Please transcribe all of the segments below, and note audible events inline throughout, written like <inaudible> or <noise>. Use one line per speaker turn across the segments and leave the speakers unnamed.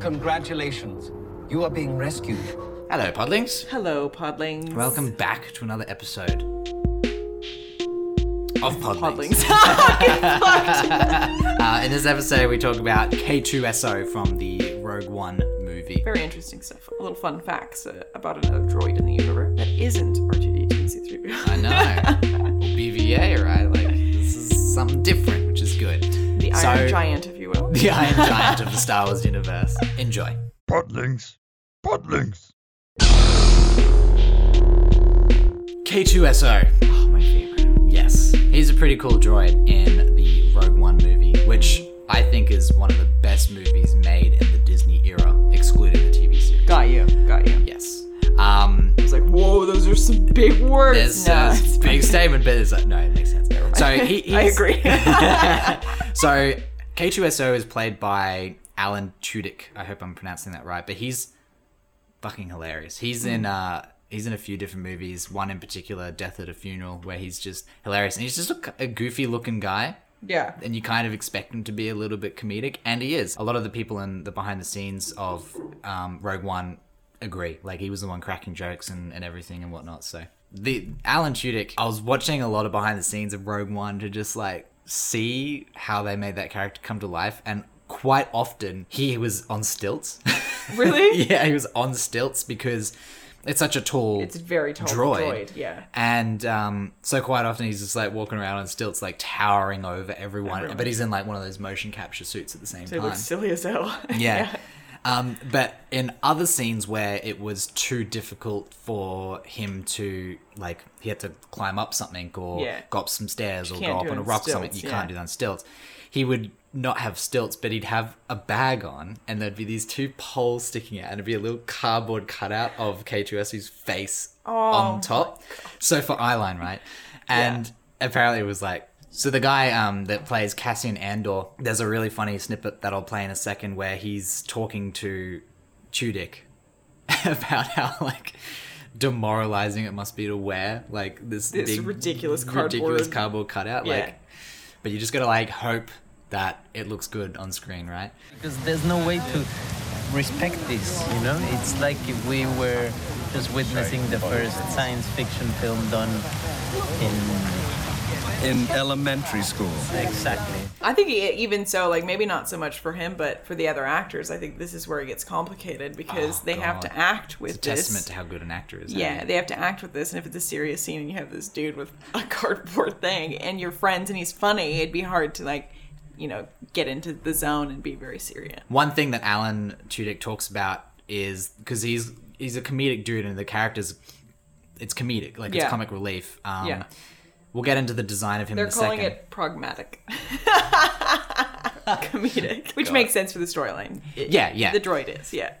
Congratulations. You are being rescued.
Hello, Podlings.
Hello, Podlings.
Welcome back to another episode of Podlings.
Podlings.
Uh, in this episode, we talk about K2SO from the Rogue One movie.
<laughs> Very interesting stuff. A little fun facts uh, about another droid in the universe that isn't R2D2 and C3.
I know. BVA, right? Like, this is something different, which is good.
<laughs> The
So-
Iron Giant, if you
<laughs>
will.
The Iron Giant of the Star Wars universe. Enjoy.
Podlings. Podlings.
K2SO.
Oh, my favorite.
Yes. He's a pretty cool droid in the Rogue One movie, which I think is one of the best movies made in the Disney era, excluding the TV series.
Got you. Got you.
Yes. Um,
I was like, whoa, those are some big words.
there's
No,
a
it's
big statement, but it's like, no, it makes sense. So he,
<laughs> I
he's- <laughs>
agree.
so K2SO is played by Alan Tudyk. I hope I'm pronouncing that right, but he's fucking hilarious. He's
Hmm.
in uh he's in a few different movies. One in particular, Death at a Funeral, where he's just hilarious, and he's just a, a goofy looking guy.
yeah.
And you kind of expect him to be a little bit comedic, and he is. A lot of the people in the behind the scenes of um, Rogue One agree. Like he was the one cracking jokes and, and everything and whatnot. So the Alan Tudyk, I was watching a lot of behind the scenes of Rogue One to just like see how they made that character come to life, and quite often he was on stilts. <laughs>
Really?
yeah, he was on stilts because it's such a tall.
It's very tall
Droid.
droid, yeah.
And um, so quite often he's just like walking around on stilts, like towering over everyone. But he's in like one of those motion capture suits at the same
So it
time.
looks silly as hell.
yeah. Um, but in other scenes where it was too difficult for him to like, he had to climb up something or
Yeah.
go up some stairs or
can't
go up
do
on
it
a
on
rock or something. You
stilts,
can't
yeah.
do that on stilts. He would not have stilts, but he'd have a bag on, and there'd be these two poles sticking out, and it'd be a little cardboard cutout of K2SU's face
Oh
on top. So for eyeline, right? And apparently it was like so the guy um, that plays Cassian Andor, there's a really funny snippet that I'll play in a second where he's talking to Tudyk <laughs> about how like demoralizing it must be to wear like this,
This
big,
ridiculous
ridiculous
cardboard-
cardboard cutout.
Yeah.
Like, but you just gotta like hope that it looks good on screen, right?
Because there's no way to respect this, you know? It's like if we were just witnessing the first science fiction film done in.
in elementary school.
Exactly.
<laughs> I think e- even so, like maybe not so much for him, but for the other actors, I think this is where it gets complicated because
Oh,
they have
God.
to act with
It's a
this.
testament to how good an actor is.
Yeah, they have to act with this, and if it's a serious scene and you have this dude with a <laughs> cardboard thing and you're friends and he's funny, it'd be hard to like, you know, get into the zone and be very serious.
One thing that Alan Tudyk talks about is because he's he's a comedic dude and the characters, it's comedic, like
Yeah.
it's comic relief. Um,
Yeah.
We'll get into the design of him
They're
in a
calling
second. <laughs>
it pragmatic, comedic, which makes sense for the storyline.
yeah, yeah.
The droid is, yeah.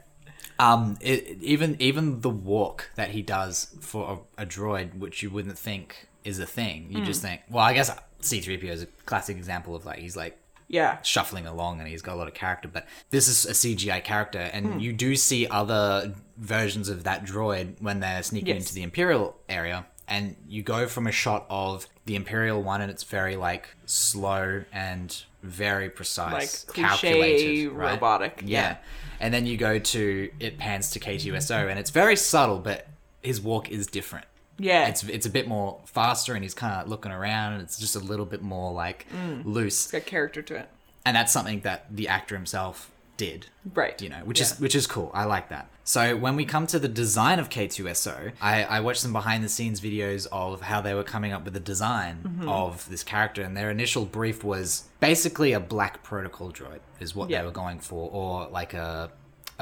um, it, even even the walk that he does for a, a droid, which you wouldn't think is a thing, you
Hmm.
just think, well, I guess C three PO is a classic example of like he's like
Yeah.
shuffling along and he's got a lot of character but this is a cgi character and
Hmm.
you do see other versions of that droid when they're sneaking
Yes.
into the imperial area and you go from a shot of the imperial one and it's very like slow and very
Like
precise
cliche
calculated, right?
robotic.
yeah. and then you go to it pans to k2so and it's very subtle but his walk is different
Yeah.
it's it's a bit more faster and he's kind of looking around and it's just a little bit more like
Mm.
loose
It's got character to it.
and that's something that the actor himself did
Right.
you know which is which is cool i like that so when we come to the design of k2so i, I watched some behind the scenes videos of how they were coming up with the design
Mm-hmm.
of this character and their initial brief was basically a black protocol droid is what
Yeah.
they were going for or like a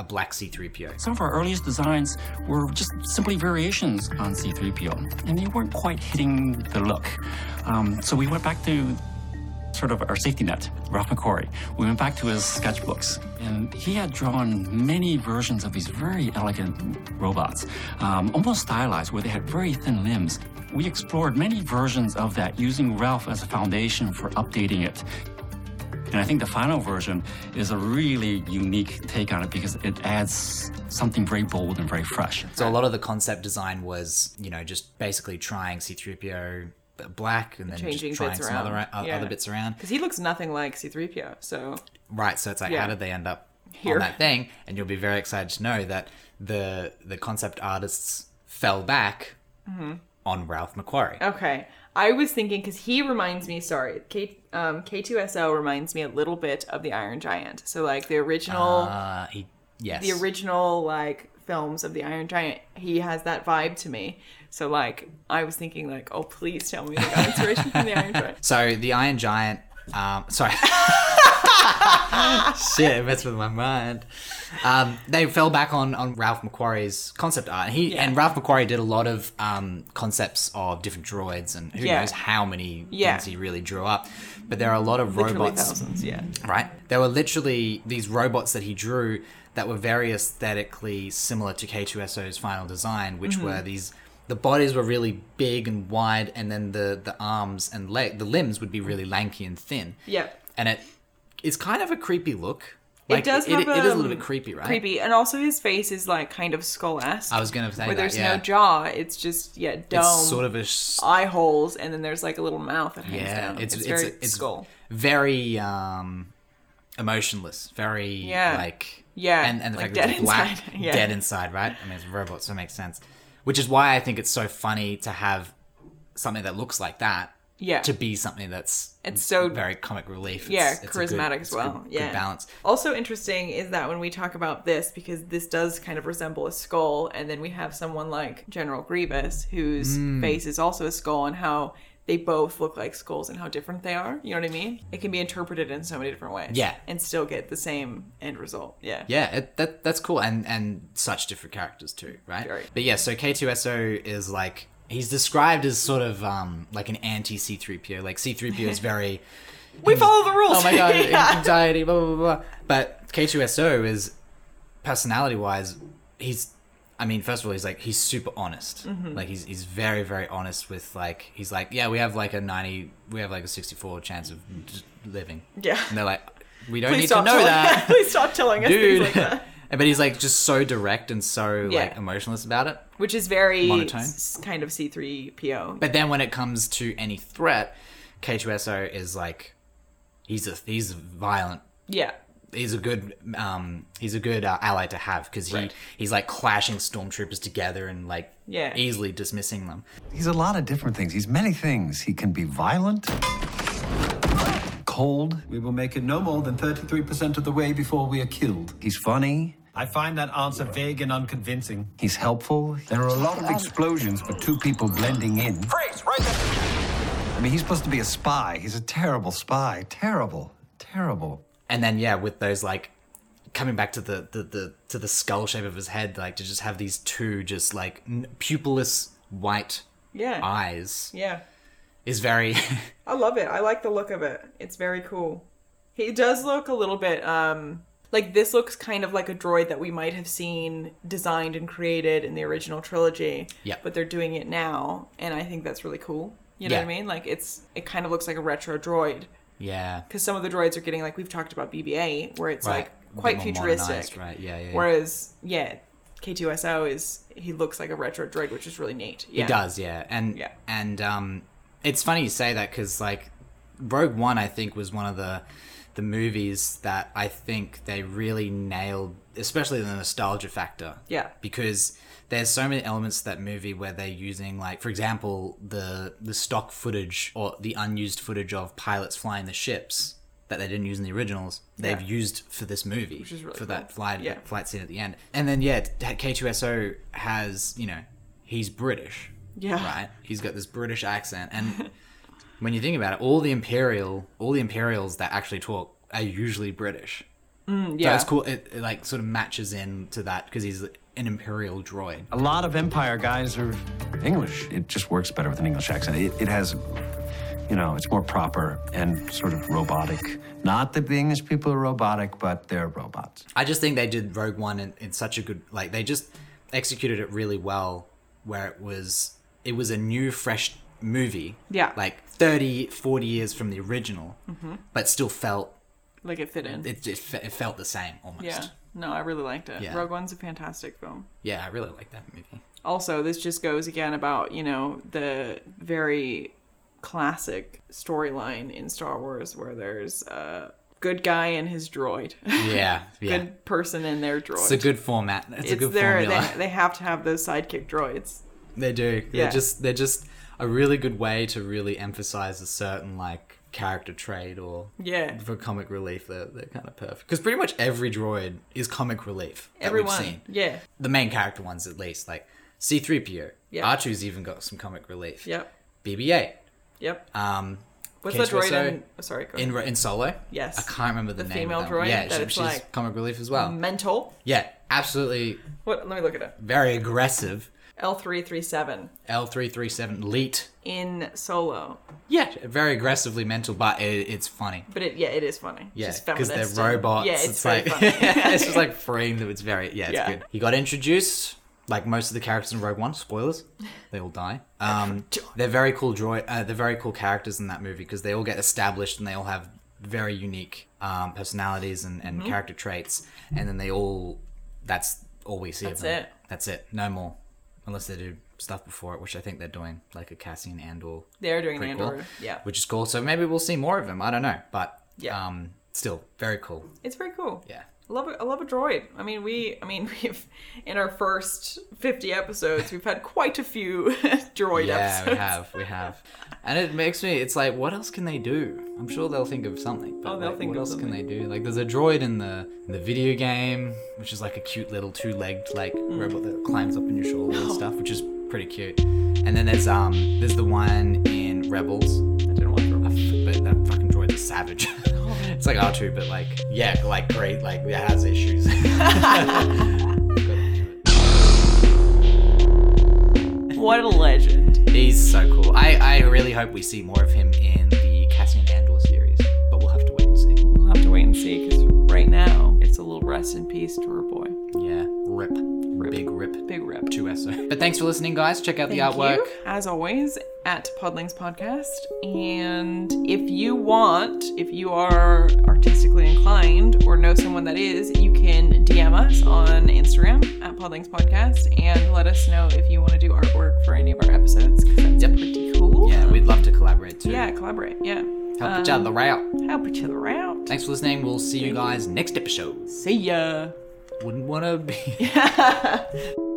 a black c3po
Some of our earliest designs were just simply variations on C3PO, and they weren't quite hitting the look. Um, so we went back to sort of our safety net, Ralph McQuarrie. We went back to his sketchbooks, and he had drawn many versions of these very elegant robots, um, almost stylized, where they had very thin limbs. We explored many versions of that using Ralph as a foundation for updating it. And I think the final version is a really unique take on it because it adds something very bold and very fresh.
So a lot of the concept design was, you know, just basically trying C3PO black and then
Changing
just trying
bits
some other
around.
o-
Yeah.
other bits around.
Because he looks nothing like C3PO, so
Right. So it's like,
Yeah.
how did they end up
Here.
on that thing, and you'll be very excited to know that the the concept artists fell back
Mm-hmm.
on Ralph McQuarrie.
Okay. I was thinking because he reminds me. Sorry, K um, K2SL reminds me a little bit of the Iron Giant. So like the original,
Uh, he, yes,
the original like films of the Iron Giant, he has that vibe to me. So like I was thinking like, oh please tell me they got inspiration from the
<laughs>
Iron Giant.
So the Iron Giant. Um,
<laughs>
sorry. Shit, it messed with my mind. Um, they fell back on, on Ralph McQuarrie's concept art. He and Ralph McQuarrie did a lot of um, concepts of different droids, and who
Yeah.
knows how many
Yeah.
things he really drew up. But there are a lot of
Literally
robots Mm-hmm.
thousands, yeah.
right? There were literally these robots that he drew that were very aesthetically similar to K2SO's final design,
Mm-hmm.
which were these the bodies were really big and wide and then the the arms and leg the limbs would be really lanky and thin.
Mm. Yep.
And it is kind of a creepy look.
it does have
it is a
um,
little bit creepy, right?
Creepy, and also his face is like kind of skull-esque.
I was gonna say
where
that,
there's
yeah.
no jaw. It's just yeah, dome,
It's sort of a s-
eye holes, and then there's like a little mouth that hangs
yeah,
down.
it's it's
very
it's
skull.
very um emotionless, very
Yeah.
like
Yeah,
and and the
like
fact that
dead
it's black,
inside, <laughs> yeah.
dead inside, right? I mean, it's a robot, so it makes sense. Which is why I think it's so funny to have something that looks like that
Yeah.
to be something that's
It's so-
very comic relief. It's-
yeah,
it's a good-
charismatic
it's
as
a
well.
good-
yeah,
good balance.
Also interesting is that when we talk about this, because this does kind of resemble a skull, and then we have someone like General Grievous, whose
Hmm.
face is also a skull, and how they both look like skulls and how different they are. You know what I mean? It can be interpreted in so many different ways.
Yeah.
and still get the same end result. Yeah.
Yeah, it, that that's cool, and and such different characters too, right?
Very.
But yeah, so K two S O is like he's described as sort of um like an anti C three PO. Like C three
<laughs>
PO is very
We follow the rules.
oh my god,
<laughs> yeah.
anxiety, blah blah blah. But K two S O is personality wise, he's. I mean, first of all, he's like he's super honest.
Mm-hmm.
Like he's he's very very honest with like he's like yeah we have like a ninety we have like a sixty four chance of just living.
Yeah.
And they're like we don't
Please
need to
stop
know
telling-
that
<laughs> Please stop telling us
dude.
things like that.
<laughs> but he's like just so direct and so like
Yeah.
emotionless about it.
Which is very
Monotone.
s- kind of C3PO.
But then when it comes to any threat, K2SO is like he's a he's violent.
Yeah.
He's a good um he's a good uh, ally to have because he he's like clashing stormtroopers together and like
Yeah.
easily dismissing them.
He's a lot of different things. He's many things. He can be violent, cold.
We will make it no more than 33% of the way before we are killed.
He's funny.
I find that answer vague and unconvincing.
He's helpful. There are a lot of explosions, but two people blending in.
Freeze! Right there!
I mean, he's supposed to be a spy. He's a terrible spy. Terrible. Terrible.
And then yeah, with those like coming back to the the, the to the skull shape of his head, like to just have these two just like n- pupilless white
Yeah.
eyes
yeah.
is very <laughs>
I love it. I like the look of it. It's very cool. He does look a little bit um like this looks kind of like a droid that we might have seen designed and created in the original trilogy.
Yeah.
But they're doing it now and I think that's really cool. You know what I
Yeah.
mean? Like it's it kind of looks like a retro droid
yeah.
cuz some of the droids are getting like we've talked about BB-8 where it's
Right. A
like
bit
quite
more
futuristic.
modernized, right? Yeah, yeah. yeah.
Whereas yeah, K2SO is he looks like a retro droid which is really neat. Yeah.
He does, yeah, and
Yeah.
and um, it's funny you say that because like Rogue One, I think was one of the the movies that I think they really nailed, especially the nostalgia factor.
Yeah.
because there's so many elements to that movie where they're using like, for example, the the stock footage or the unused footage of pilots flying the ships that they didn't use in the originals. They've
Yeah.
used for this movie,
Which is really
for that
cool.
flight
Yeah.
flight scene at the end. And then yeah, K2SO has you know he's British
Yeah.
right? He's got this British accent,
<laughs>
and when you think about it, all the imperial, all the Imperials that actually talk are usually British. So
Mm, Yeah.
it's cool. It, it like sort of matches in to that because he's an Imperial droid.
A lot of Empire guys are.
English, it just works better with an English accent. It, it has, you know, it's more proper and sort of robotic. Not that the English people are robotic, but they're robots.
I just think they did Rogue One in, in such a good like they just executed it really well where it was it was a new fresh movie
Yeah. Mm-hmm.
like 30 40 years from the original but still felt
Like it fit in.
it, it, fe- it felt the same almost
Yeah. No, I really liked it.
Yeah.
Rogue One's a fantastic film.
yeah i really like that movie
Also, this just goes again about, you know, the very classic storyline in Star Wars where there's uh good guy and his droid. <laughs>
Yeah, yeah.
good person and their droid.
It's a good format. It's, a
It's
good
their,
formula.
They, they have to have those sidekick droids.
<laughs> They do.
Yeah.
They're just they're just a really good way to really emphasize a certain like character trait or
Yeah.
for comic relief. They're they're kind of perfect because pretty much every droid is comic relief. That
Everyone.
we've seen.
Yeah.
the main character ones at least like C three PO.
Yeah.
R2's even got some comic relief.
Yep.
BB eight.
Yep.
Um,
What's the droid
K2SO
in? oh, sorry, go ahead.
in in Solo?
Yes.
I can't remember the,
The
name.
female
of that one.
droid
Yeah,
that
she-
it's
she's
like-
comic relief as well.
mental.
Yeah, absolutely
What? Let me look it up.
very aggressive.
L three three seven
L three three seven Leet.
in Solo,
Yeah, very aggressively mental, but it, it's funny.
but it yeah, it is funny.
Yeah,
She's
because they're
feminist and-
robots.
Yeah, it's,
it's,
very
like <laughs>
funny. <laughs>
it's just like framed. It's very yeah, it's
Yeah.
good. He got introduced like most of the characters in Rogue One. Spoilers, they all die.
<laughs>
Um, they're very cool droid. Uh, they're very cool characters in that movie because they all get established and they all have very unique um, personalities and, and
Mm-hmm.
character traits. And then they all that's all we see
That's
of them.
it.
That's it. No more, unless they do stuff before it, which I think they're doing, like a Cassian Andor
They're doing an
prequel,
Andor. Yeah,
which is cool. So maybe we'll see more of them. I don't know, but
Yeah.
um, still very cool.
it's very cool.
Yeah,
I love a, I love a droid. I mean, we I mean <laughs> we've in our first fifty episodes we've had quite a few <laughs> droid
yeah,
episodes.
we have, we have, and it makes me. It's like, what else can they do? I'm sure they'll think of something. But
Oh, they'll
like,
think
what
of
else can they do? Like, there's a droid in the in the video game, which is like a cute little two-legged like
Hmm.
robot that climbs up on your shoulder and stuff, which is pretty cute. And then there's um, there's the one in Rebels
I didn't watch Rogue
I
One.
f- but that fucking droid is savage. <laughs> it's like R2, but like, yeah, like great, like it has issues.
<laughs>
<laughs>
What a legend!
He's so cool. I, I really hope we see more of him in the Cassian Andor series, but we'll have to wait and see.
We'll have to wait and see because right now it's a little rest in peace to her boy.
Yeah, rip. Big rip.
Big rip.
2SO. But thanks for listening, guys. Check out the artwork.
Thank you, as always, at Podlings Podcast. And if you want, if you are artistically inclined or know someone that is, you can DM us on Instagram at Podlings Podcast and let us know if you want to do artwork for any of our episodes. 'cause That's
Yep.
pretty cool.
Yeah, we'd love to collaborate too.
Yeah, um, collaborate. Yeah.
Help each other out.
Help each other out.
Thanks for listening.
<laughs>
We'll see you guys next episode.
See ya.
Wouldn't want to be.